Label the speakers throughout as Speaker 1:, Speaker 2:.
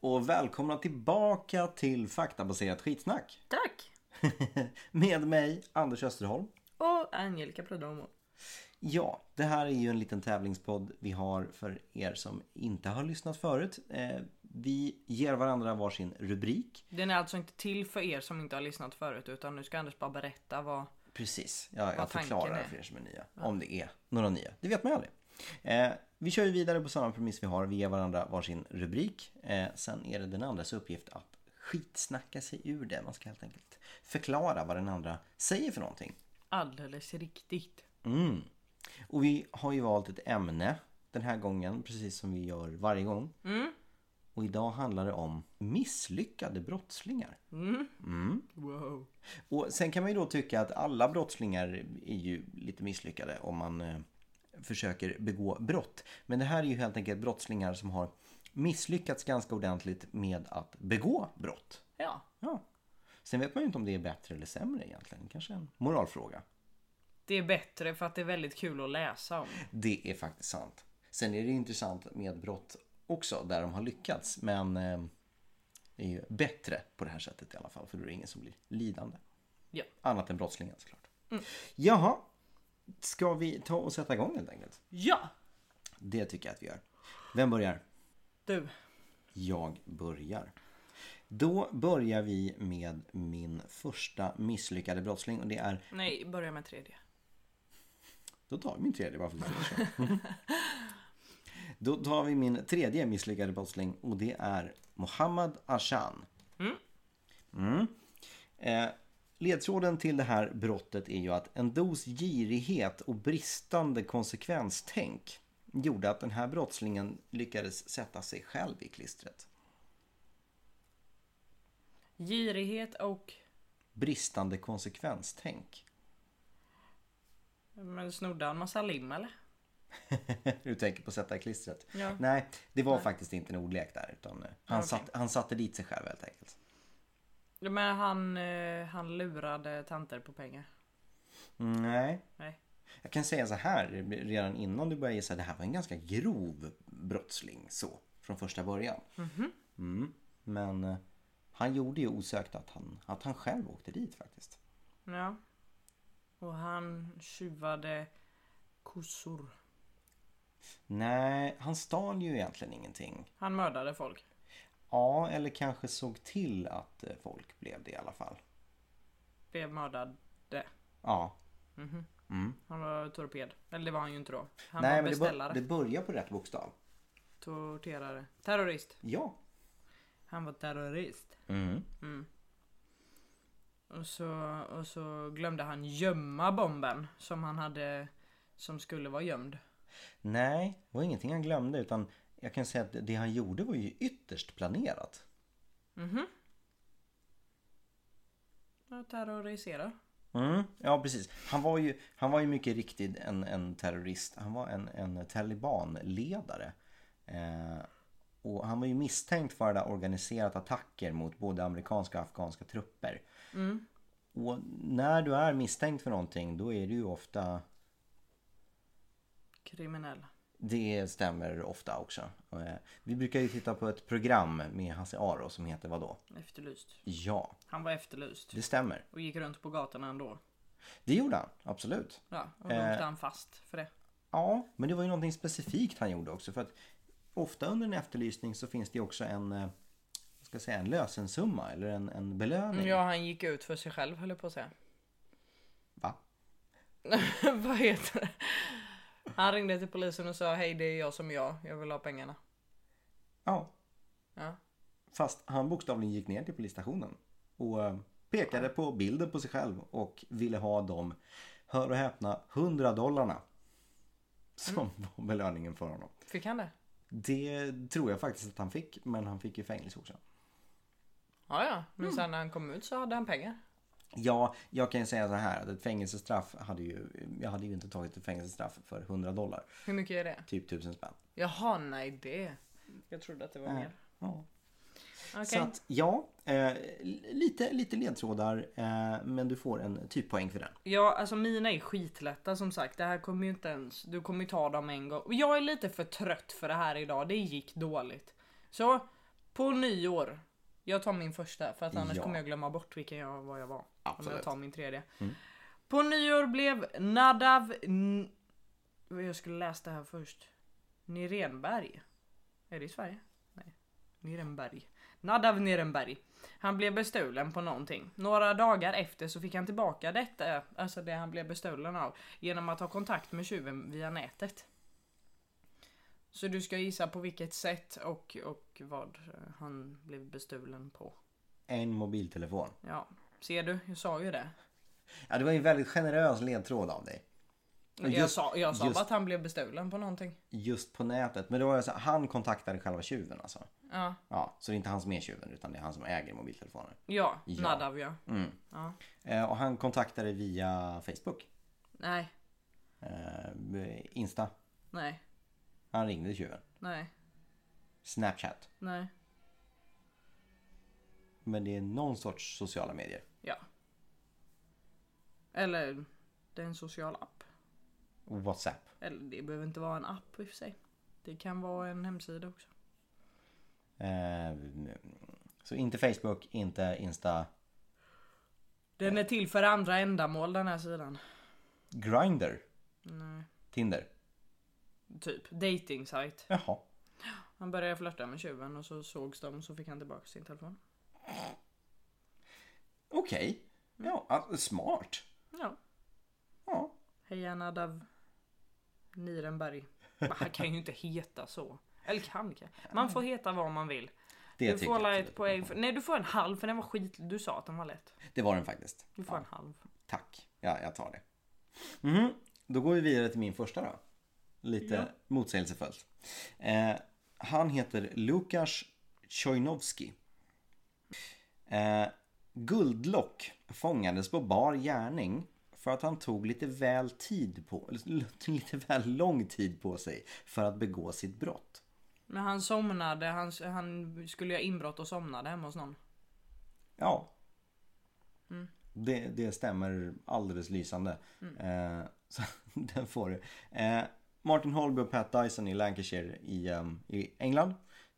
Speaker 1: och välkomna tillbaka till faktabaserat skitsnack.
Speaker 2: Tack!
Speaker 1: Med mig, Anders Österholm.
Speaker 2: Och Angelica Prodomo.
Speaker 1: Ja, det här är ju en liten tävlingspodd vi har för er som inte har lyssnat förut. Eh, Vi ger varandra varsin rubrik.
Speaker 2: Den är alltså inte till för er som inte har lyssnat förut utan nu ska Anders bara berätta vad...
Speaker 1: Precis, jag, jag
Speaker 2: Vad tanken
Speaker 1: förklarar
Speaker 2: är.
Speaker 1: för er som är nya. Om det är några nya, det vet man ju aldrig. Eh, vi kör ju vidare på samma premiss vi har. Vi ger varandra varsin rubrik. Eh, sen är det den andras uppgift att skitsnacka sig ur det. Man ska helt enkelt förklara vad den andra säger för någonting.
Speaker 2: Alldeles riktigt.
Speaker 1: Mm. Och vi har ju valt ett ämne den här gången, precis som vi gör varje gång.
Speaker 2: Mm.
Speaker 1: Och idag handlar det om misslyckade brottslingar.
Speaker 2: Wow.
Speaker 1: Och sen kan man ju då tycka att alla brottslingar är ju lite misslyckade om man eh, försöker begå brott. Men det här är ju helt enkelt brottslingar som har misslyckats ganska ordentligt med att begå brott.
Speaker 2: Ja.
Speaker 1: Ja. Sen vet man ju inte om det är bättre eller sämre egentligen. Kanske en moralfråga.
Speaker 2: Det är bättre för att det är väldigt kul att läsa om.
Speaker 1: Det är faktiskt sant. Sen är det ju intressant med brott också där de har lyckats. Men eh, det är ju bättre på det här sättet i alla fall. För då är det ingen som blir lidande.
Speaker 2: Ja.
Speaker 1: Annat än brottslingen såklart. Jaha. Ska vi ta och sätta igång helt enkelt?
Speaker 2: Ja!
Speaker 1: Det tycker jag att vi gör. Vem börjar?
Speaker 2: Du.
Speaker 1: Jag börjar. Då börjar vi med min första misslyckade brottsling och det är...
Speaker 2: Nej, börja med tredje.
Speaker 1: Då tar vi min tredje bara för att det är så. Då tar vi min tredje misslyckade brottsling och det är Mohammad Ashan. Mm. Eh, ledtråden till det här brottet är ju att en dos girighet och bristande konsekvenstänk gjorde att den här brottslingen lyckades sätta sig själv i klistret.
Speaker 2: Girighet och...
Speaker 1: Bristande konsekvenstänk.
Speaker 2: Men snodde han massa lim eller?
Speaker 1: du tänker på sätta i klistret?
Speaker 2: Ja.
Speaker 1: Nej, det var faktiskt inte en ordlek där utan eh, han,
Speaker 2: Okej.
Speaker 1: satt, han satte dit sig själv helt enkelt.
Speaker 2: Men han, eh, han lurade tanter på pengar.
Speaker 1: Nej.
Speaker 2: Nej.
Speaker 1: Jag kan säga så här redan innan du börjar gissa. Det här var en ganska grov brottsling så. Från första början.
Speaker 2: Mhm.
Speaker 1: Mm. Men eh, han gjorde ju osökt att han, att han själv åkte dit faktiskt.
Speaker 2: Ja. Och han tjuvade kossor.
Speaker 1: Nej, han stal ju egentligen ingenting.
Speaker 2: Han mördade folk.
Speaker 1: Ja, eller kanske såg till att eh, folk blev det i alla fall.
Speaker 2: Blev mördade.
Speaker 1: Ja.
Speaker 2: Han var torped. Eller det var han ju inte då. Han
Speaker 1: Nej,
Speaker 2: var
Speaker 1: men det, bör,
Speaker 2: beställare.
Speaker 1: det börjar på rätt bokstav.
Speaker 2: Torterare. Terrorist.
Speaker 1: Ja.
Speaker 2: Han var terrorist.
Speaker 1: Mm.
Speaker 2: Och så, och så glömde han gömma bomben som han hade som skulle vara gömd.
Speaker 1: Nej, det var ingenting han glömde utan jag kan säga att det han gjorde var ju ytterst planerat.
Speaker 2: Och terrorisera.
Speaker 1: Mm, ja, precis. Han var ju, han var ju mycket riktigt en, en terrorist. Han var en, en talibanledare. Eh, och han var ju misstänkt för att ha organiserat attacker mot både amerikanska och afghanska trupper. Och när du är misstänkt för någonting då är du ju ofta
Speaker 2: Kriminell.
Speaker 1: Det stämmer ofta också. Eh, Vi brukar ju titta på ett program med Hasse Aro som heter vadå?
Speaker 2: Efterlyst.
Speaker 1: Ja,
Speaker 2: Han var efterlyst.
Speaker 1: det stämmer.
Speaker 2: Och gick runt på gatorna ändå.
Speaker 1: Det gjorde han, absolut.
Speaker 2: Ja, och då
Speaker 1: Eh.
Speaker 2: åkte han fast för det.
Speaker 1: Ja, men det var ju någonting specifikt han gjorde också. För att ofta under en efterlysning så finns det ju också en, eh, vad ska jag säga, en lösensumma eller en, en belöning.
Speaker 2: Ja, han gick ut för sig själv höll jag på att säga.
Speaker 1: Va?
Speaker 2: Vad heter det? Han ringde till polisen och sa hej det är jag som är jag, jag vill ha pengarna.
Speaker 1: Ja,
Speaker 2: Ja.
Speaker 1: fast han bokstavligen gick ner till polisstationen och eh, pekade på bilden på sig själv och ville ha de, hör och häpna, 100 dollarna. Som var belöningen för honom.
Speaker 2: Fick han det?
Speaker 1: Det tror jag faktiskt att han fick, men han fick ju fängelse också.
Speaker 2: Ja, ja. Men sen när han kom ut så hade han pengar.
Speaker 1: Ja, jag kan ju säga så här att ett fängelsestraff hade ju, jag hade ju inte tagit ett fängelsestraff för 100 dollar.
Speaker 2: Hur mycket är det?
Speaker 1: Typ 1000 spänn.
Speaker 2: Jaha, nej det. Jag trodde att det var mer.
Speaker 1: Ja.
Speaker 2: Okej.
Speaker 1: Så att, ja, eh, lite, lite ledtrådar eh, men du får en typpoäng för den.
Speaker 2: Ja, alltså mina är skitlätta som sagt. Det här kommer ju inte ens... Du kommer ju ta dem en gång. Och Jag är lite för trött för det här idag. Det gick dåligt. Så På nyår. Jag tar min första för att annars
Speaker 1: Ja.
Speaker 2: kommer jag glömma bort vilken jag, vad jag var. Om
Speaker 1: Absolut. Mm.
Speaker 2: jag tar min tredje. På nyår blev Nadav... N- jag skulle läsa det här först. Nirenberg. Är det i Sverige? Nej. Nirenberg. Nadav Nirenberg. Han blev bestulen på någonting. Några dagar efter så fick han tillbaka detta, alltså det han blev bestulen av, genom att ha kontakt med tjuven via nätet. Så du ska gissa på vilket sätt och, och vad eh, han blev bestulen på.
Speaker 1: En mobiltelefon.
Speaker 2: Ja, ser du? Jag sa ju det.
Speaker 1: Ja, det var ju en väldigt generös ledtråd av dig. Och
Speaker 2: jag
Speaker 1: just-
Speaker 2: sa, jag sa
Speaker 1: just-
Speaker 2: bara att han blev bestulen på någonting.
Speaker 1: Just på nätet. Men det var ju så här, han kontaktade själva tjuven alltså.
Speaker 2: Ja,
Speaker 1: Ja, så det är inte han som är tjuven utan det är han som äger mobiltelefonen.
Speaker 2: ja,
Speaker 1: Ja.
Speaker 2: Nadav ja.
Speaker 1: Mm.
Speaker 2: ja.
Speaker 1: Eh, och han kontaktade via Facebook.
Speaker 2: Nej,
Speaker 1: Eh, Insta.
Speaker 2: nej,
Speaker 1: Han ringde tjuven.
Speaker 2: nej,
Speaker 1: Snapchat.
Speaker 2: nej.
Speaker 1: Men det är någon sorts sociala medier.
Speaker 2: Ja. Eller det är en social app.
Speaker 1: Och Whatsapp.
Speaker 2: Eller det behöver inte vara en app i och för sig. Det kan vara en hemsida också.
Speaker 1: Eh, så inte Facebook, inte Insta.
Speaker 2: Den är till för andra ändamål den här sidan.
Speaker 1: Grindr.
Speaker 2: Nej.
Speaker 1: Tinder.
Speaker 2: Typ dating site.
Speaker 1: Jaha.
Speaker 2: Han började flörta med tjuven och så sågs de och så fick han tillbaka sin telefon.
Speaker 1: Okej. Ja, ah, smart.
Speaker 2: Ja.
Speaker 1: Ja.
Speaker 2: Heja Nadav Nirenberg. Men Han kan ju inte heta så. Eller kan kan. Man får heta vad man vill.
Speaker 1: Det
Speaker 2: du
Speaker 1: tycker
Speaker 2: får
Speaker 1: jag
Speaker 2: la
Speaker 1: absolut.
Speaker 2: ett poäng. För, nej du får en halv för den var skit. Du sa att den var lätt.
Speaker 1: Det var den faktiskt.
Speaker 2: Du får en halv.
Speaker 1: Tack. Ja, jag tar det. Mhm. Då går vi vidare till min första då. Lite motsägelsefullt. Eh, han heter Lukas Chojnovski. Eh, Guldlock fångades på bar gärning för att han tog lite väl tid på, eller lite väl lång tid på sig för att begå sitt brott.
Speaker 2: Men han somnade. Han, han skulle göra inbrott och somnade hemma hos någon.
Speaker 1: Ja. Det, det stämmer alldeles lysande. Eh, så den får du. Eh, Martin Holby och Pat Dyson i Lancashire i, ehm, i England.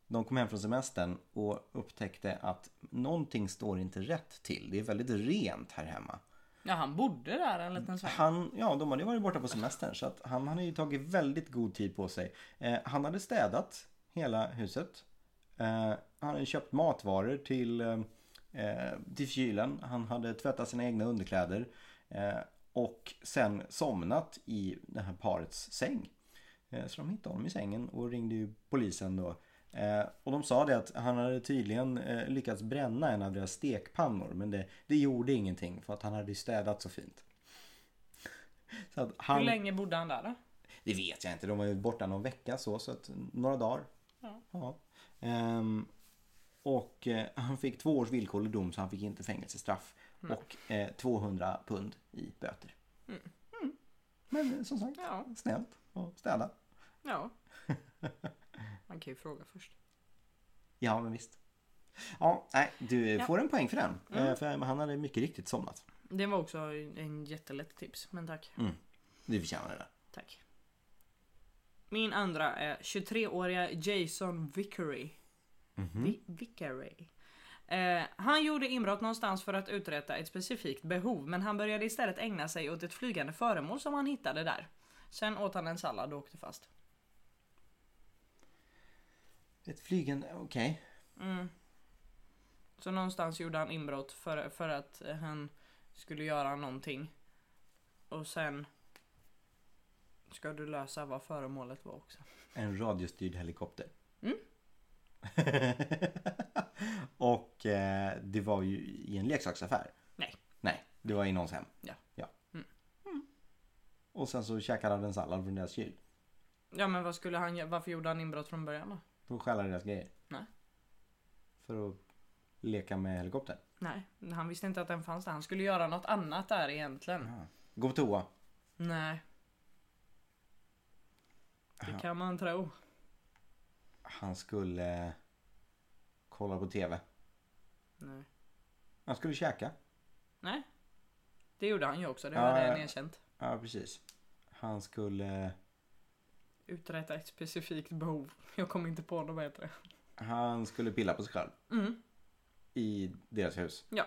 Speaker 1: De kom hem från semestern och upptäckte att någonting står inte rätt till. Det är väldigt rent här hemma.
Speaker 2: Ja han bodde där en liten sväng.
Speaker 1: Han, ja, de hade ju varit borta på semestern så att han hade ju tagit väldigt god tid på sig. Eh, han hade städat hela huset. Eh, han hade köpt matvaror till, eh, eh, till kylen. Han hade tvättat sina egna underkläder. Eh, och sen somnat i det här parets säng. Eh, Så de hittade honom i sängen och ringde ju polisen då. Eh, Och de sa det att han hade tydligen eh, lyckats bränna en av deras stekpannor men det, det gjorde ingenting för att han hade ju städat så fint. Så att
Speaker 2: Hur
Speaker 1: han,
Speaker 2: länge bodde han där då?
Speaker 1: det vet jag inte, de var ju borta någon vecka så, så att några dagar.
Speaker 2: Ja.
Speaker 1: Ehm, och eh, han fick två års villkorlig dom så han fick inte fängelsestraff.
Speaker 2: Mm.
Speaker 1: Och eh, 200 pund i böter. Mm. Men eh, som sagt,
Speaker 2: Ja.
Speaker 1: snällt och städa.
Speaker 2: Ja. Man kan ju fråga först.
Speaker 1: Ja, men visst. Ja, nej, du
Speaker 2: Ja. Mm.
Speaker 1: får en poäng för den. Eh, För han hade mycket riktigt somnat.
Speaker 2: Det var också en jättelätt tips. Men tack.
Speaker 1: Du förtjänar det.
Speaker 2: Tack. Min andra är 23-åriga Jason Vickery.
Speaker 1: Mm.
Speaker 2: Vi- Vickery. Eh, han gjorde inbrott någonstans för att uträtta ett specifikt behov men han började istället ägna sig åt ett flygande föremål som han hittade där. Sen åt han en sallad och åkte fast.
Speaker 1: Ett flygande, okej.
Speaker 2: Mm. Så någonstans gjorde han inbrott för, för att eh, han skulle göra någonting. Och sen ska du lösa vad föremålet var också.
Speaker 1: En radiostyrd helikopter. Och eh, det var ju i en leksaksaffär.
Speaker 2: Nej.
Speaker 1: Nej, det var i någons hem.
Speaker 2: Ja.
Speaker 1: ja. Mm. Och sen så käkade han en sallad från deras kyl.
Speaker 2: Ja men vad skulle han, gö- varför gjorde han inbrott från början då?
Speaker 1: För att stjäla deras grejer.
Speaker 2: Nej.
Speaker 1: För att leka med helikoptern.
Speaker 2: Nej, han visste inte att den fanns där. Han skulle göra något annat där egentligen.
Speaker 1: Gå på toa.
Speaker 2: Nej. Det kan man tro.
Speaker 1: Han skulle eh, kolla på TV.
Speaker 2: Nej.
Speaker 1: Han skulle käka.
Speaker 2: Nej. Det gjorde han ju också, det
Speaker 1: Ja,
Speaker 2: har jag redan
Speaker 1: ja.
Speaker 2: erkänt.
Speaker 1: Ja, precis. Han skulle... eh,
Speaker 2: Uträtta ett specifikt behov. Jag kom inte på något bättre.
Speaker 1: Han skulle pilla på sig själv.
Speaker 2: Mm.
Speaker 1: I deras hus.
Speaker 2: Ja.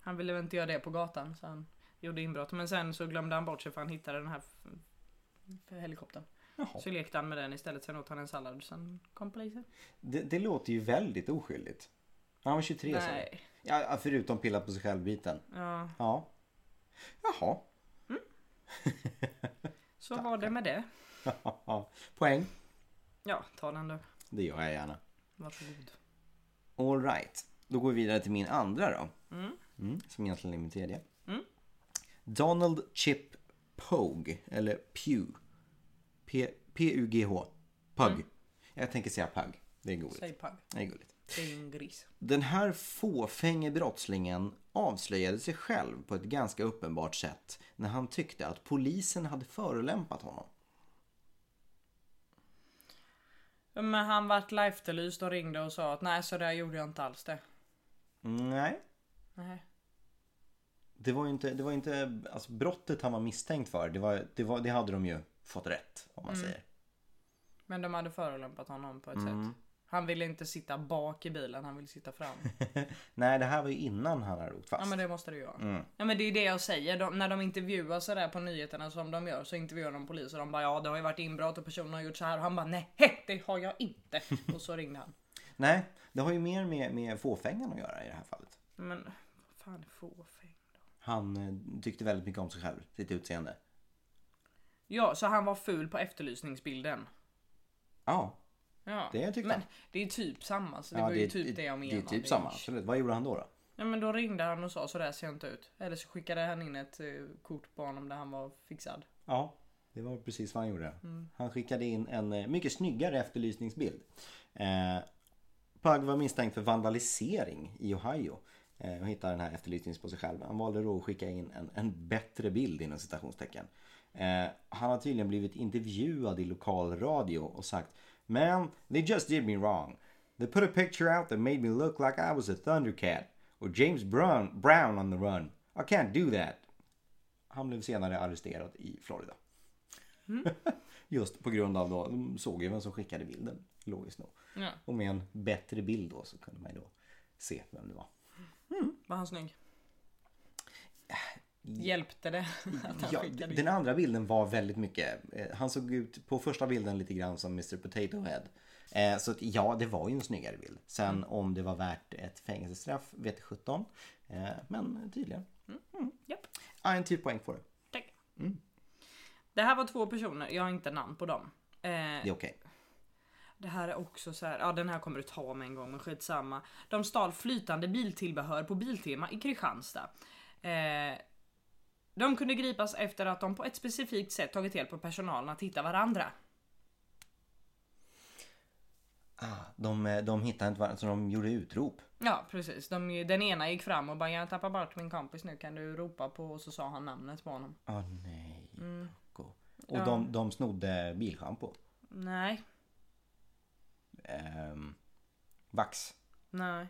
Speaker 2: Han ville väl inte göra det på gatan så han gjorde inbrott. Men sen så glömde han bort sig för han hittade den här f- f- helikoptern.
Speaker 1: Jaha.
Speaker 2: Så lekte han med den istället. Sen åt han en sallad. Sen kom polisen.
Speaker 1: Det, det låter ju väldigt oskyldigt. Han var 23 sa du?
Speaker 2: Nej.
Speaker 1: Ja, ja, förutom pilla på sig själv biten.
Speaker 2: Ja.
Speaker 1: Ja. Jaha.
Speaker 2: Så var det med det.
Speaker 1: Poäng.
Speaker 2: Ja, ta den då.
Speaker 1: Det gör jag gärna.
Speaker 2: Varsågod.
Speaker 1: All right. Då går vi vidare till min andra då.
Speaker 2: Mm.
Speaker 1: Mm, som egentligen är min tredje.
Speaker 2: Mm.
Speaker 1: Donald Chip Pogue, eller Pew. P- P-U-G-H. Pug. Jag tänker säga Pug. Det är gulligt.
Speaker 2: Mm. Säg pang.
Speaker 1: Det är gulligt.
Speaker 2: Det är en gris.
Speaker 1: Den här fåfänge brottslingen avslöjade sig själv på ett ganska uppenbart sätt när han tyckte att polisen hade förolämpat honom.
Speaker 2: Men han vart live-efterlyst och ringde och sa att nej så där gjorde jag inte alls det.
Speaker 1: Nej,
Speaker 2: Nej.
Speaker 1: det var ju inte, det var inte alltså brottet han var misstänkt för. Det, var, det, var, det hade de ju fått rätt om
Speaker 2: Mm.
Speaker 1: man säger.
Speaker 2: Men de hade förolämpat honom på ett sätt. Han ville inte sitta bak i bilen, han ville sitta fram.
Speaker 1: Nej, det här var ju innan han hade åkt fast.
Speaker 2: Ja men det måste du göra.
Speaker 1: Mm.
Speaker 2: Ja men det är det jag säger. De, när de intervjuar sådär på nyheterna som de gör så intervjuar de poliser. De bara ja det har ju varit inbrott och personen har gjort så här. Och han bara nej det har jag inte. Och så ringde han.
Speaker 1: Nej, det har ju mer med, med fåfängan att göra i det här fallet.
Speaker 2: Men vad fan är fåfäng?
Speaker 1: Han eh, tyckte väldigt mycket om sig själv, sitt utseende.
Speaker 2: Ja så han var ful på efterlysningsbilden.
Speaker 1: Ja,
Speaker 2: Ja.
Speaker 1: Det tyckte
Speaker 2: men
Speaker 1: han.
Speaker 2: det är typ samma så det
Speaker 1: ja,
Speaker 2: var ju typ det jag menade.
Speaker 1: Det är typ samma, absolut. Vad gjorde han då? då?
Speaker 2: Ja men då ringde han och sa sådär ser jag inte ut. Eller så skickade han in ett eh, kort på honom där han var fixad.
Speaker 1: Ja, det var precis vad han gjorde. Han skickade in en eh, mycket snyggare efterlysningsbild. Eh, Pug var misstänkt för vandalisering i Ohio eh, och hittade den här efterlysningen på sig själv. Han valde då att skicka in en, en bättre bild inom citationstecken. Eh, han har tydligen blivit intervjuad i lokal radio och sagt Man, they just did me wrong. They put a picture out that made me look like I was a Thundercat or James Brown, Brown on the run. I can't do that. Han blev senare arresterad i Florida.
Speaker 2: Mm.
Speaker 1: Just på grund av då, de såg ju vem som skickade bilden, logiskt nog.
Speaker 2: Ja.
Speaker 1: Och med en bättre bild då så kunde man ju då se vem det var.
Speaker 2: Var han snygg? Hjälpte det att han
Speaker 1: Ja,
Speaker 2: skickade in?
Speaker 1: den andra bilden var väldigt mycket, eh, han såg ut på första bilden lite grann som Mr Potato Head. Eh, så att, ja, det var ju en snyggare bild. Sen
Speaker 2: Mm.
Speaker 1: om det var värt ett fängelsestraff vet 17. Eh, men tydligen.
Speaker 2: Japp,
Speaker 1: Ah, en typ poäng får du.
Speaker 2: tack. Det här var två personer, jag har inte namn på dem. Eh,
Speaker 1: Det är okej.
Speaker 2: det här är också så här, ja den här kommer du ta med en gång men skitsamma. De stal flytande biltillbehör på Biltema i Kristianstad. Eh, de kunde gripas efter att de på ett specifikt sätt tagit hjälp av personalen att hitta varandra.
Speaker 1: Ah, de, eh, de hittade inte varandra så de gjorde utrop.
Speaker 2: Ja precis, de, den ena gick fram och bara jag tappar bort min kompis nu kan du ropa på och så sa han namnet på honom.
Speaker 1: Åh nej.
Speaker 2: Mm.
Speaker 1: Rocco. Och de, de snodde bilschampo.
Speaker 2: Nej,
Speaker 1: Ehm, vax.
Speaker 2: nej,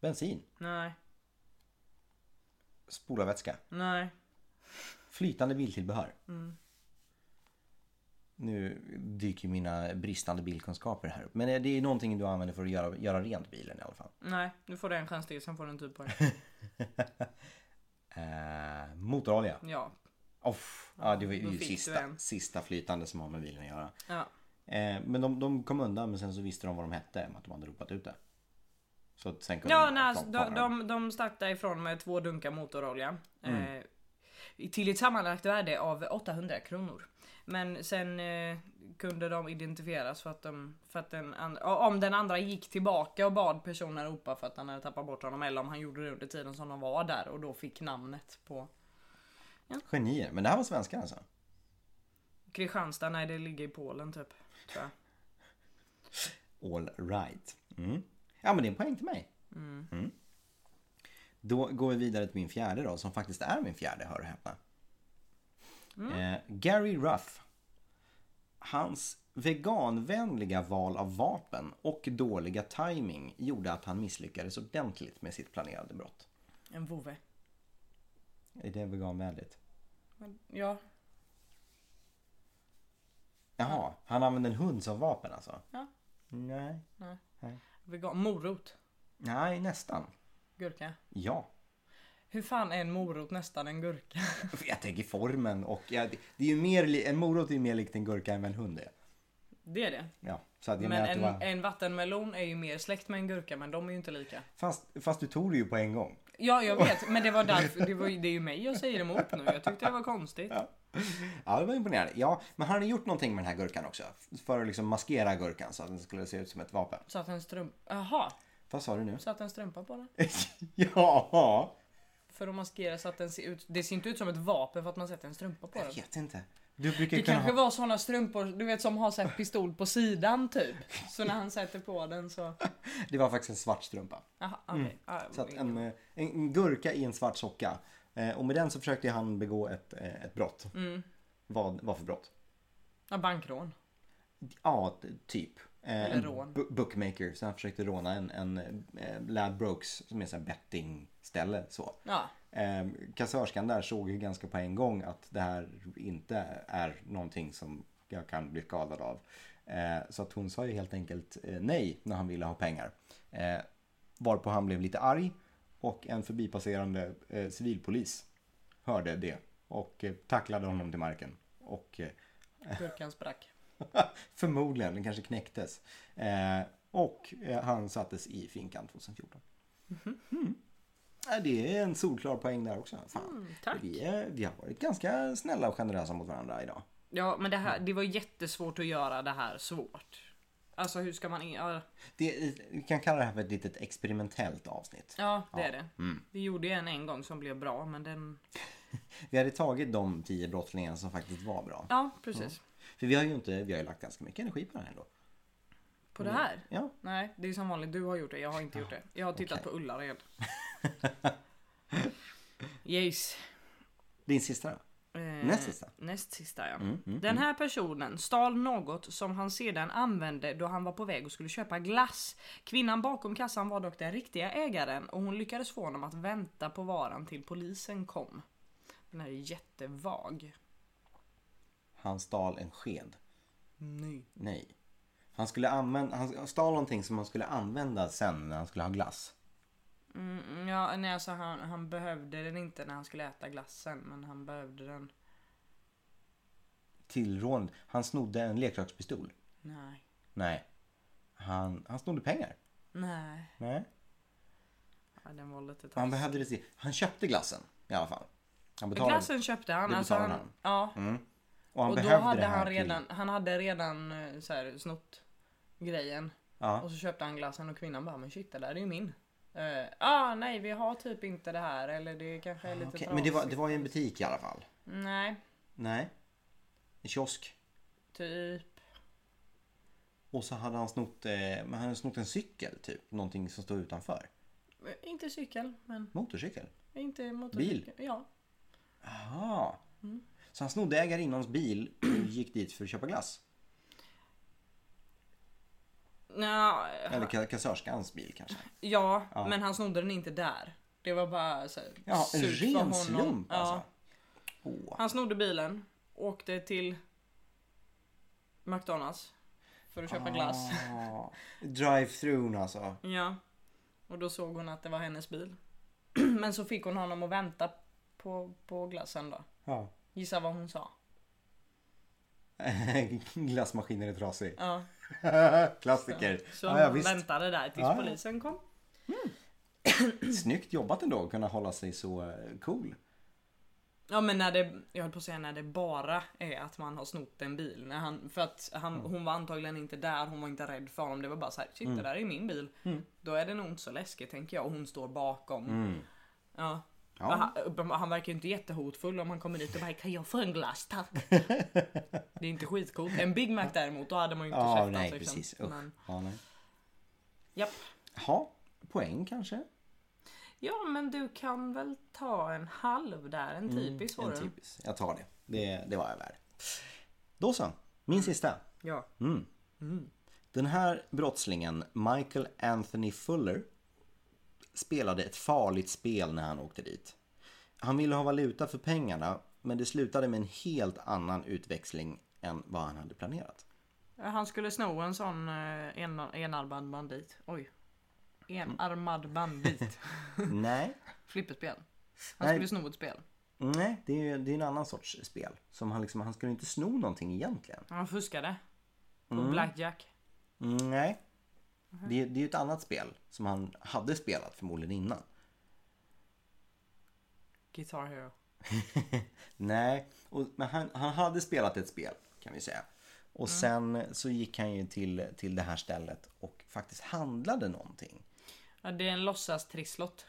Speaker 1: Bensin.
Speaker 2: nej,
Speaker 1: Spolarvätska.
Speaker 2: nej.
Speaker 1: Flytande biltillbehör.
Speaker 2: Mm.
Speaker 1: Nu dyker mina bristande bilkunskaper här upp. Men det är någonting du använder för att göra, göra rent bilen i alla fall.
Speaker 2: Nej, nu får du en chans till, sen får du en typ poäng.
Speaker 1: Eh, motorolja.
Speaker 2: Ja.
Speaker 1: Off. Ja, det var
Speaker 2: Då
Speaker 1: ju
Speaker 2: fick du
Speaker 1: sista,
Speaker 2: en.
Speaker 1: sista flytande som har med bilen att göra.
Speaker 2: ja.
Speaker 1: Eh, men de, de kom undan men sen så visste de vad de hette. i och med Att de hade ropat ut det. Så att sen kunde
Speaker 2: Ja,
Speaker 1: de,
Speaker 2: nej, alltså,
Speaker 1: fånga
Speaker 2: de,
Speaker 1: dem.
Speaker 2: de, de stack därifrån med två dunkar motorolja. Eh, till ett sammanlagt värde av 800 kronor. Men sen eh, kunde de identifieras för att, de, för att den and- ja, om den andra gick tillbaka och bad personen ropa för att han hade tappat bort honom eller om han gjorde det under tiden som de var där och då fick namnet på
Speaker 1: Genier. Men det här var svenskar alltså?
Speaker 2: Kristianstad. Nej, det ligger i Polen typ. Tror jag.
Speaker 1: All right. Mm. Ja men det är en poäng till mig. Mm. Då går vi vidare till min fjärde då som faktiskt är min fjärde hör och häpna. Eh, Gary Ruff. Hans veganvänliga val av vapen och dåliga timing gjorde att han misslyckades ordentligt med sitt planerade brott.
Speaker 2: En vovve.
Speaker 1: Är det veganvänligt?
Speaker 2: Men, Ja,
Speaker 1: Jaha, han använde en hund som vapen alltså?
Speaker 2: Ja.
Speaker 1: Nej.
Speaker 2: Vegan, morot.
Speaker 1: Nej, nästan.
Speaker 2: Gurka.
Speaker 1: Ja.
Speaker 2: Hur fan är en morot nästan en gurka?
Speaker 1: Jag tänker formen och ja, det, det är ju mer, li- en morot är ju mer likt en gurka än vad en hund är.
Speaker 2: Det är det.
Speaker 1: Ja, så att jag
Speaker 2: Men
Speaker 1: menar att
Speaker 2: en,
Speaker 1: det var...
Speaker 2: en vattenmelon är ju mer släkt med en gurka men de är ju inte lika.
Speaker 1: Fast, fast du tog det ju på en gång.
Speaker 2: Ja jag vet men det var därför, det, var, ju- det är ju mig jag säger emot nu. Jag tyckte det var konstigt.
Speaker 1: Ja, det var imponerande. Ja, men han hade gjort någonting med den här gurkan också. För att liksom maskera gurkan så att den skulle se ut som ett vapen.
Speaker 2: Så att en strumpa, jaha.
Speaker 1: Vad sa du nu?
Speaker 2: Så att en strumpa på den.
Speaker 1: ja,
Speaker 2: För att maskera så att den ser ut, det ser inte ut som ett vapen för att man sätter en strumpa på den.
Speaker 1: jag vet inte. Du brukar
Speaker 2: Det
Speaker 1: ju kunna
Speaker 2: kanske
Speaker 1: ha...
Speaker 2: var såna strumpor du vet som har så här pistol på sidan typ. Så när han sätter på den så.
Speaker 1: Det var faktiskt en svart strumpa.
Speaker 2: Jaha okej. Ah,
Speaker 1: Så att Mm. en, eh, en, en gurka i en svart socka. Eh, Och med den så försökte han begå ett, eh, ett brott.
Speaker 2: Mm.
Speaker 1: Vad, vad för brott?
Speaker 2: ja, bankrån.
Speaker 1: Ja, t- typ. Eh,
Speaker 2: Eller
Speaker 1: en
Speaker 2: rån.
Speaker 1: bu- Bookmaker. Så han försökte råna en, en eh, Ladbrokes som är ett bettingställe. Så.
Speaker 2: Ja.
Speaker 1: Eh, kassörskan där såg ju ganska på en gång att det här inte är någonting som jag kan bli skadad av. Eh, så att hon sa ju helt enkelt eh, nej när han ville ha pengar. Eh, varpå han blev lite arg och en förbipasserande eh, civilpolis hörde det och eh, tacklade honom till marken. Och eh,
Speaker 2: Gurkan sprack.
Speaker 1: förmodligen, den kanske knäcktes. Eh, och eh, han sattes i finkan 2014. Mm. Ja, Det är en solklar poäng där också. Fan.
Speaker 2: Mm, tack.
Speaker 1: Vi, är, vi har varit ganska snälla och generösa mot varandra idag.
Speaker 2: Ja men det, här, det var jättesvårt att göra det här svårt. Alltså hur ska man... in- Ja,
Speaker 1: Det, eh, vi kan kalla det här för ett litet experimentellt avsnitt.
Speaker 2: ja det är det.
Speaker 1: Mm.
Speaker 2: Vi gjorde ju en en gång som blev bra men den...
Speaker 1: Vi hade tagit de tio brottslingarna som faktiskt var bra.
Speaker 2: Ja
Speaker 1: Mm.
Speaker 2: precis.
Speaker 1: För vi har ju inte, vi har ju lagt ganska mycket energi på det här ändå.
Speaker 2: På det här?
Speaker 1: Ja,
Speaker 2: Nej det är som vanligt du har gjort det, jag har inte gjort det. Jag har tittat på Ullared. yes.
Speaker 1: din sista då?
Speaker 2: Eh,
Speaker 1: Näst sista. Mm,
Speaker 2: Näst sista ja. Den här personen stal något som han sedan använde då han var på väg och skulle köpa glass. Kvinnan bakom kassan var dock den riktiga ägaren och hon lyckades få honom att vänta på varan till polisen kom. Den här är jättevag.
Speaker 1: Han stal en sked.
Speaker 2: Nej.
Speaker 1: Nej. Han skulle använda, han stal någonting som han skulle använda sen när han skulle ha glass.
Speaker 2: Mm, ja, nej, alltså han, han behövde den inte när han skulle äta glassen men han behövde den.
Speaker 1: Tillrån. Han snodde en leksakspistol.
Speaker 2: Nej.
Speaker 1: Nej. Han, han snodde pengar.
Speaker 2: Nej.
Speaker 1: Nej.
Speaker 2: Ja, den var lite taskig.
Speaker 1: Han behövde det. se- Han köpte glassen i alla fall. Han betalade.
Speaker 2: Glassen köpte han.
Speaker 1: Det
Speaker 2: Alltså han,
Speaker 1: betalade han.
Speaker 2: Ja.
Speaker 1: Och han
Speaker 2: Och då
Speaker 1: behövde
Speaker 2: hade
Speaker 1: det här
Speaker 2: han
Speaker 1: till-
Speaker 2: redan, han hade redan eh, så här, snott grejen.
Speaker 1: Ja.
Speaker 2: Och så köpte han glassen och kvinnan bara men shit det där är ju min. Eh, ah nej vi har typ inte det här eller det kanske är lite
Speaker 1: Ah, Okej, Men det var, det
Speaker 2: trasigt."
Speaker 1: var ju en butik i alla fall.
Speaker 2: Nej,
Speaker 1: Nej. En kiosk.
Speaker 2: typ.
Speaker 1: Och så hade han snott, eh, men han hade snott en cykel typ. Någonting som stod utanför.
Speaker 2: Eh, Inte cykel men
Speaker 1: Motorcykel.
Speaker 2: inte motorcykel.
Speaker 1: Bil?
Speaker 2: Ja.
Speaker 1: Aha.
Speaker 2: Mm.
Speaker 1: Så han snodde ägarinnans bil och gick dit för att köpa glass.
Speaker 2: Nå,
Speaker 1: Eller ka- kassörskans bil kanske.
Speaker 2: ja, men han snodde den inte där. Det var bara så här,
Speaker 1: Ja, en
Speaker 2: surt för honom.
Speaker 1: ren slump
Speaker 2: Ja.
Speaker 1: alltså. Åh.
Speaker 2: Han snodde bilen, åkte till McDonalds för att köpa glass.
Speaker 1: Ah, Drive-through alltså.
Speaker 2: Ja. Och då såg hon att det var hennes bil. Men så fick hon honom att vänta på, på glassen då.
Speaker 1: Ja.
Speaker 2: Gissa vad hon sa.
Speaker 1: Glassmaskinen är trasig.
Speaker 2: Ja.
Speaker 1: Klassiker.
Speaker 2: Så
Speaker 1: Ja, ja,
Speaker 2: hon
Speaker 1: visst.
Speaker 2: väntade där tills
Speaker 1: Ja, ja.
Speaker 2: polisen kom.
Speaker 1: Snyggt jobbat ändå att kunna hålla sig så eh, cool.
Speaker 2: Ja men när det, jag höll på att säga när det bara är att man har snott en bil. När han, för att han, hon var antagligen inte där, hon var inte rädd för honom. Det var bara så här, shit
Speaker 1: Mm.
Speaker 2: det där är min bil. Då är det nog inte så läskigt tänker jag och hon står bakom. Ja.
Speaker 1: Mm. Ja.
Speaker 2: Han, uppenbar- han verkar ju inte jättehotfull om han kommer dit och bara kan jag få en glass tack? det är inte skitcoolt. En Big Mac däremot då hade man ju inte
Speaker 1: Ja,
Speaker 2: käftat.
Speaker 1: nej
Speaker 2: liksom.
Speaker 1: precis. Usch.
Speaker 2: Men,
Speaker 1: Ja, nej.
Speaker 2: japp.
Speaker 1: Jaha, poäng kanske?
Speaker 2: Ja men du kan väl ta en halv där, en typisk var
Speaker 1: Mm, En typ.
Speaker 2: det.
Speaker 1: typisk. Jag tar det. det. Det var jag värd. Då så, min sista.
Speaker 2: Ja.
Speaker 1: Den här brottslingen, Michael Anthony Fuller, spelade ett farligt spel när han åkte dit. Han ville ha valuta för pengarna, men det slutade med en helt annan utväxling än vad han hade planerat.
Speaker 2: Han skulle sno en sån eh, en, enarmad bandit. Oj. Enarmad bandit.
Speaker 1: Nej.
Speaker 2: Flipperspel. Han
Speaker 1: Nej.
Speaker 2: skulle sno ett spel.
Speaker 1: Nej, det är ju det är en annan sorts spel. Som han, liksom, han skulle inte sno någonting egentligen.
Speaker 2: Han fuskade. På
Speaker 1: Mm.
Speaker 2: blackjack.
Speaker 1: Nej. Det, det är ju ett annat spel som han hade spelat förmodligen innan.
Speaker 2: Guitar Hero.
Speaker 1: Nej, och, men han, han hade spelat ett spel kan vi säga. Och sen så gick han ju till, till det här stället och faktiskt handlade någonting.
Speaker 2: Ja, det är en låtsas trisslott.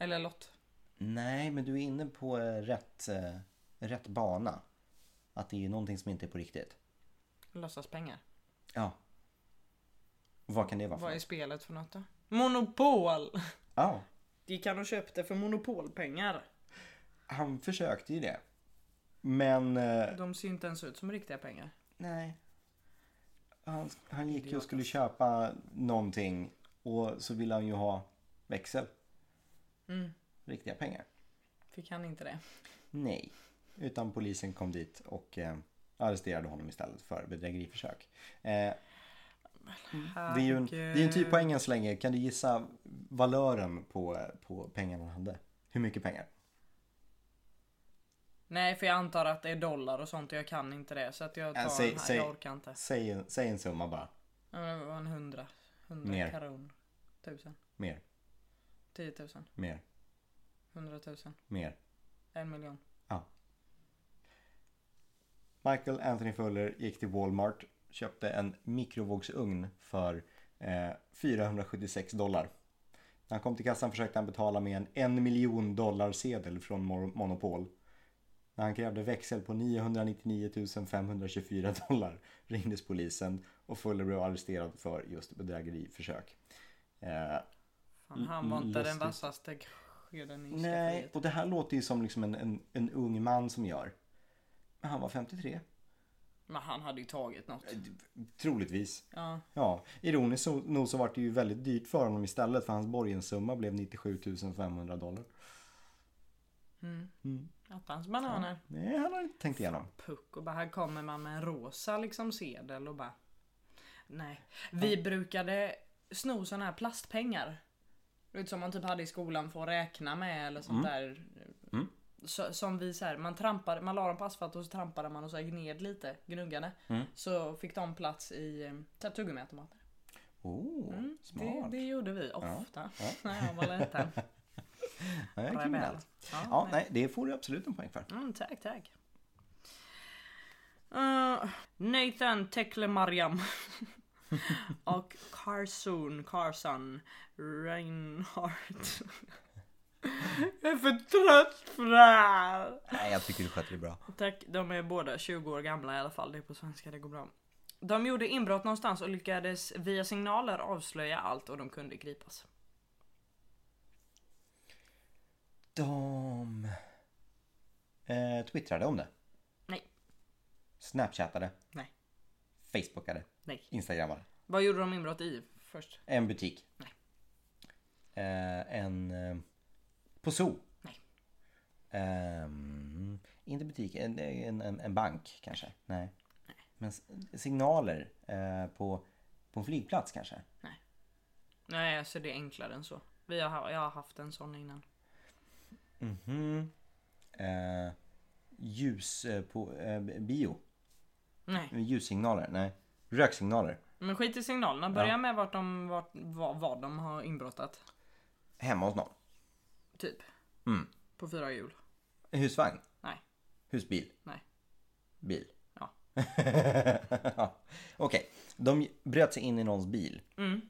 Speaker 2: Eller lott.
Speaker 1: Nej, men du är inne på eh, rätt, eh, rätt bana. Att det är någonting som inte är på riktigt.
Speaker 2: Låtsas pengar.
Speaker 1: Ja. Vad kan det vara för
Speaker 2: Vad är
Speaker 1: något?
Speaker 2: spelet för något då? Monopol!
Speaker 1: Ja,
Speaker 2: Gick han och köpte för monopolpengar.
Speaker 1: han försökte ju det. Men... eh,
Speaker 2: De ser inte ens ut som riktiga pengar.
Speaker 1: Nej. Han, han gick ju och skulle köpa någonting och så ville han ju ha växel. Riktiga pengar.
Speaker 2: Fick han inte det?
Speaker 1: Nej. Utan polisen kom dit och eh, arresterade honom istället för bedrägeriförsök. Eh, det är ju en, det är en typ poäng än så länge. Kan du gissa valören på, på pengarna han hade? Hur mycket pengar?
Speaker 2: Nej för jag antar att det är dollar och sånt och jag kan inte det så att jag tar
Speaker 1: Äh, säg-
Speaker 2: den här,
Speaker 1: säg-
Speaker 2: jag orkar inte.
Speaker 1: Säg, en- säg en summa bara.
Speaker 2: Ja, men Det var en hundra. Hundra
Speaker 1: Mer.
Speaker 2: karon. Tusen.
Speaker 1: Mer,
Speaker 2: Tiotusen.
Speaker 1: mer,
Speaker 2: Hundratusen.
Speaker 1: mer.
Speaker 2: En miljon.
Speaker 1: Ja. Michael Anthony Fuller gick till Walmart, köpte en mikrovågsugn för eh, 476 dollar. När han kom till kassan försökte han betala med en 1 miljon dollar sedel från Mor- Monopol. När han krävde växel på 999 524 dollar ringdes polisen och Fuller blev arresterad för just bedrägeriförsök. Eh,
Speaker 2: Fan, han var inte den
Speaker 1: lustigt.
Speaker 2: vassaste skeden i
Speaker 1: mm, Nej,
Speaker 2: skafferiet.
Speaker 1: och det här låter ju som liksom en, en, en ung man som gör. Men han var 53.
Speaker 2: Men han hade ju tagit något.
Speaker 1: Troligtvis.
Speaker 2: Ja.
Speaker 1: Ja, ironiskt så- nog så var det ju väldigt dyrt för honom istället för hans borgenssumma blev 97 500 dollar.
Speaker 2: Attans bananer.
Speaker 1: Nej, han har inte tänkt igenom.
Speaker 2: Puck och bara här kommer man med en rosa liksom sedel och bara. Nej. Vi brukade sno såna här plastpengar. Du vet som man typ hade i skolan för att räkna med eller sånt
Speaker 1: Mm.
Speaker 2: där. Så, som vi så här, man trampade, man la dem på asfalt och så trampade man och så här gned lite, gnuggade.
Speaker 1: Mm.
Speaker 2: Så fick de plats i eh, så här tuggummiautomater.
Speaker 1: Oh,
Speaker 2: Mm, Det,
Speaker 1: smart.
Speaker 2: det gjorde vi ofta när jag var liten.
Speaker 1: Det är
Speaker 2: Rebell.
Speaker 1: kriminellt. Ja, nej, det får du absolut en poäng för.
Speaker 2: Mm, tack, tack. Eh, Nathan Teklemariam och Carson, Carson Reinhardt. Jag är för trött för det här.
Speaker 1: Nej, jag tycker du sköter det bra.
Speaker 2: Tack, de är båda 20 år gamla i alla fall. Det är på svenska, det går bra. De gjorde inbrott någonstans och lyckades via signaler avslöja allt och de kunde gripas.
Speaker 1: De eh, twittrade om det.
Speaker 2: Nej,
Speaker 1: Snapchattade.
Speaker 2: nej,
Speaker 1: Facebookade.
Speaker 2: nej.
Speaker 1: Instagrammade.
Speaker 2: Vad gjorde de inbrott i först?
Speaker 1: En butik.
Speaker 2: Nej.
Speaker 1: Eh, en... Eh, på zoo.
Speaker 2: Nej.
Speaker 1: Ehm, inte butik, en, en, en, en bank kanske. Nej. Men s- signaler eh, på, på en flygplats kanske.
Speaker 2: Nej, alltså det är enklare än så. Vi har, jag har haft en sån innan.
Speaker 1: Eh, ljus eh, på eh, bio.
Speaker 2: Nej,
Speaker 1: Ljussignaler, nej. Röksignaler.
Speaker 2: men skit i signalerna. Börja
Speaker 1: Ja.
Speaker 2: med vart de, vart, vad, vad de har inbrottat.
Speaker 1: Hemma hos någon.
Speaker 2: Typ.
Speaker 1: Mm.
Speaker 2: På fyra hjul.
Speaker 1: Husvagn.
Speaker 2: Nej,
Speaker 1: Husbil.
Speaker 2: nej.
Speaker 1: Bil.
Speaker 2: Ja.
Speaker 1: Ja. Okej, de bröt sig in i någons bil.
Speaker 2: Mm.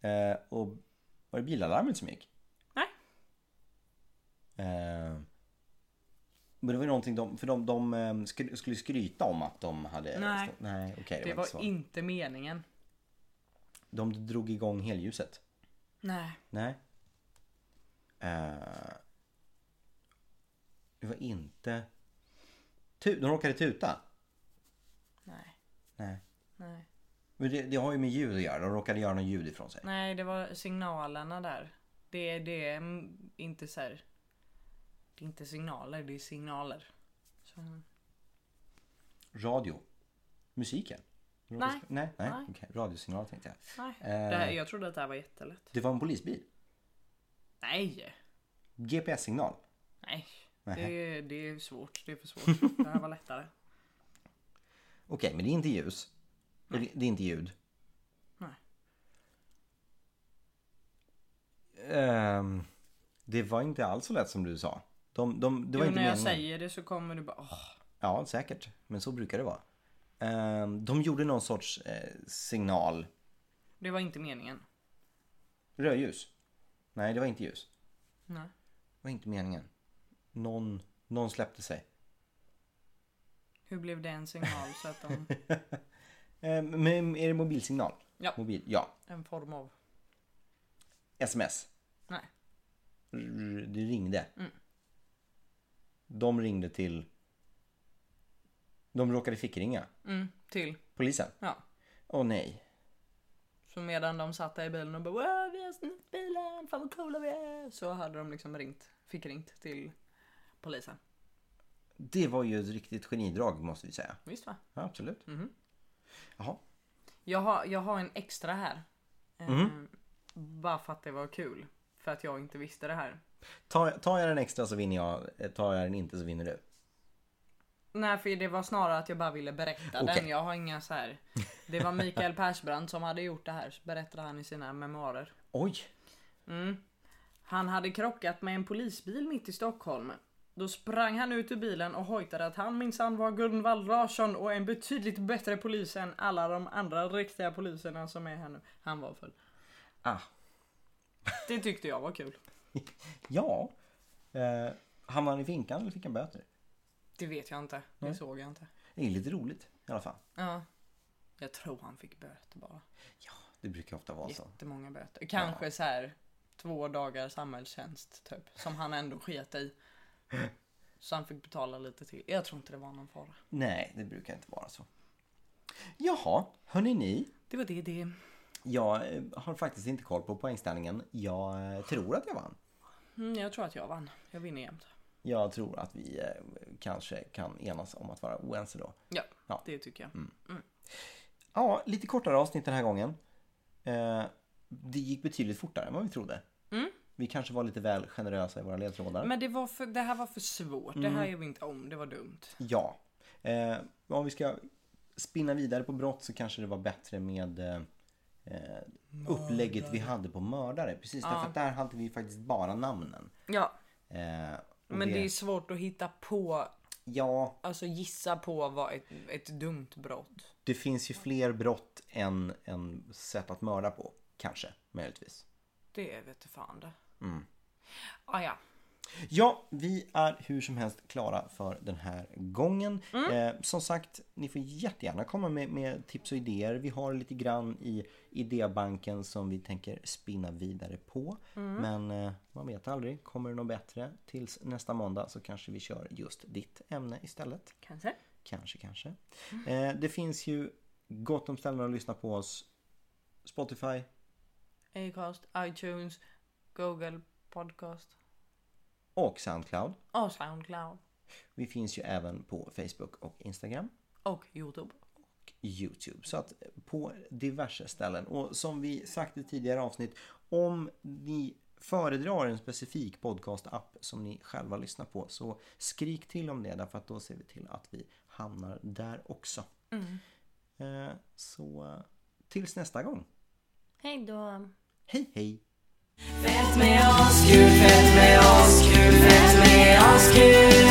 Speaker 1: Eh, och var det bilalarmet som gick?
Speaker 2: Nej.
Speaker 1: Eh, men det var ju någonting de, för de, de eh, skry, skulle skryta om att de hade...
Speaker 2: Nej.
Speaker 1: Nej, okej det,
Speaker 2: Det
Speaker 1: var, inte
Speaker 2: var
Speaker 1: så.
Speaker 2: inte meningen.
Speaker 1: De drog igång helljuset.
Speaker 2: Nej.
Speaker 1: Nej. Eh, det var inte... Tu, de råkade tuta.
Speaker 2: Nej.
Speaker 1: Nej.
Speaker 2: Nej.
Speaker 1: Men det, det har ju med ljud att göra. De råkade göra något ljud ifrån sig.
Speaker 2: Nej, det var signalerna där. Det, det är mm, inte så här. Det är inte signaler, det är signaler. Så,
Speaker 1: Radio. Musiken. Rådis-
Speaker 2: Nej.
Speaker 1: Nej, nej.
Speaker 2: Nej.
Speaker 1: okej. Radiosignaler tänkte jag.
Speaker 2: Nej.
Speaker 1: Eh.
Speaker 2: Det här, jag trodde att det här var jättelätt.
Speaker 1: Det var en polisbil.
Speaker 2: Nej!
Speaker 1: GPS-signal.
Speaker 2: Nej.
Speaker 1: Nähä.
Speaker 2: Det, det är svårt. Det är för svårt. Det här var lättare.
Speaker 1: Okej, men det är inte ljus. Och det, det är inte ljud.
Speaker 2: Nej.
Speaker 1: Ehm, det var inte alls så lätt som du sa. De, de, det var
Speaker 2: Jo,
Speaker 1: inte
Speaker 2: när jag
Speaker 1: meningen.
Speaker 2: säger det så kommer du bara åh.
Speaker 1: Ja, säkert. Men så brukar det vara. Ehm, de gjorde någon sorts eh, signal.
Speaker 2: Det var inte meningen.
Speaker 1: Rödljus? Nej, det var inte ljus.
Speaker 2: Nej.
Speaker 1: Det var inte meningen. Någon, någon släppte sig.
Speaker 2: Hur blev det en signal så att de...
Speaker 1: Ehm, men är det mobilsignal?
Speaker 2: Ja.
Speaker 1: Mobil, ja.
Speaker 2: En form av...
Speaker 1: Sms.
Speaker 2: Nej.
Speaker 1: R- Det ringde.
Speaker 2: Mm.
Speaker 1: De ringde till... De råkade fickringa.
Speaker 2: Mm, till.
Speaker 1: Polisen.
Speaker 2: Ja.
Speaker 1: Åh nej.
Speaker 2: Så medan de satt där i bilen och bara wow, vi har snott bilen, fan vad coola vi är. Så hade de liksom ringt, fick ringt till polisen.
Speaker 1: Det var ju ett riktigt genidrag måste vi säga.
Speaker 2: Visst va?
Speaker 1: Ja, absolut.
Speaker 2: Mhm.
Speaker 1: Jaha.
Speaker 2: Jag har, jag har en extra här. Eh, bara för att det var kul. För att jag inte visste det här.
Speaker 1: Tar, tar jag den extra så vinner jag. Eh, Tar jag den inte så vinner du.
Speaker 2: Nej för det var snarare att jag bara ville berätta
Speaker 1: Okej.
Speaker 2: den. Jag har inga så här. Det var Mikael Persbrandt som hade gjort det här. så Berättade han i sina memoarer.
Speaker 1: Oj.
Speaker 2: Mm. Han hade krockat med en polisbil mitt i Stockholm. Då sprang han ut ur bilen och hojtade att han minsann var Gunvald Larsson och en betydligt bättre polis än alla de andra riktiga poliserna som är här nu. Han var full.
Speaker 1: Ah.
Speaker 2: Det tyckte jag var kul.
Speaker 1: Ja. Eh, hamnade han i finkan eller fick han böter?
Speaker 2: Det vet jag inte. Det såg jag inte.
Speaker 1: Det är lite roligt i alla fall.
Speaker 2: Mm. Ja. Jag tror han fick böter bara.
Speaker 1: Ja, det brukar ofta vara så.
Speaker 2: Jättemånga böter. Kanske så här två dagar samhällstjänst typ. Som han ändå sket i. Så han fick betala lite till. Jag tror inte det var någon fara.
Speaker 1: Nej, det brukar inte vara så. Jaha, hörni ni.
Speaker 2: Det var det det.
Speaker 1: Jag eh, har faktiskt inte koll på poängställningen. Jag eh, tror att jag vann.
Speaker 2: Mm, jag tror att jag vann. Jag vinner jämt.
Speaker 1: Jag tror att vi eh, kanske kan enas om att vara oense då.
Speaker 2: Ja,
Speaker 1: Ja.
Speaker 2: det tycker jag.
Speaker 1: Ja, lite kortare avsnitt den här gången. Eh, det gick betydligt fortare än vad vi trodde. Vi kanske var lite väl generösa i våra ledtrådar.
Speaker 2: Men det, var för, det här var för svårt. Det här gör vi inte om. Det var dumt.
Speaker 1: Ja. Eh, om vi ska spinna vidare på brott så kanske det var bättre med eh, eh, upplägget vi hade på mördare. Precis, därför att där hade vi faktiskt bara namnen.
Speaker 2: Ja,
Speaker 1: Eh, och
Speaker 2: men det är svårt att hitta på,
Speaker 1: Ja,
Speaker 2: alltså gissa på vad ett, ett dumt brott.
Speaker 1: det finns ju fler brott än, än sätt att mörda på. Kanske, möjligtvis.
Speaker 2: Det vet du fan det. Ah, ja.
Speaker 1: Ja, vi är hur som helst klara för den här gången. Eh, som sagt, ni får jättegärna komma med, med tips och idéer. Vi har lite grann i idébanken som vi tänker spinna vidare på. Men eh, man vet aldrig, kommer det något bättre tills nästa måndag så kanske vi kör just ditt ämne istället.
Speaker 2: Kanske.
Speaker 1: Kanske, kanske. Eh, det finns ju gott om ställen att lyssna på oss. Spotify,
Speaker 2: Acast, iTunes, Google Podcast
Speaker 1: och Soundcloud.
Speaker 2: och Soundcloud
Speaker 1: Vi finns ju även på Facebook och Instagram.
Speaker 2: och Youtube.
Speaker 1: och Youtube. Så att på diverse ställen. Och som vi sagt i tidigare avsnitt, om ni föredrar en specifik podcastapp som ni själva lyssnar på så skrik till om det därför att då ser vi till att vi hamnar där också. Eh, Så eh, tills nästa gång.
Speaker 2: Hej då.
Speaker 1: Hej hej!
Speaker 3: Fett med oss, kul, fett med oss, kul, fett med oss, kul.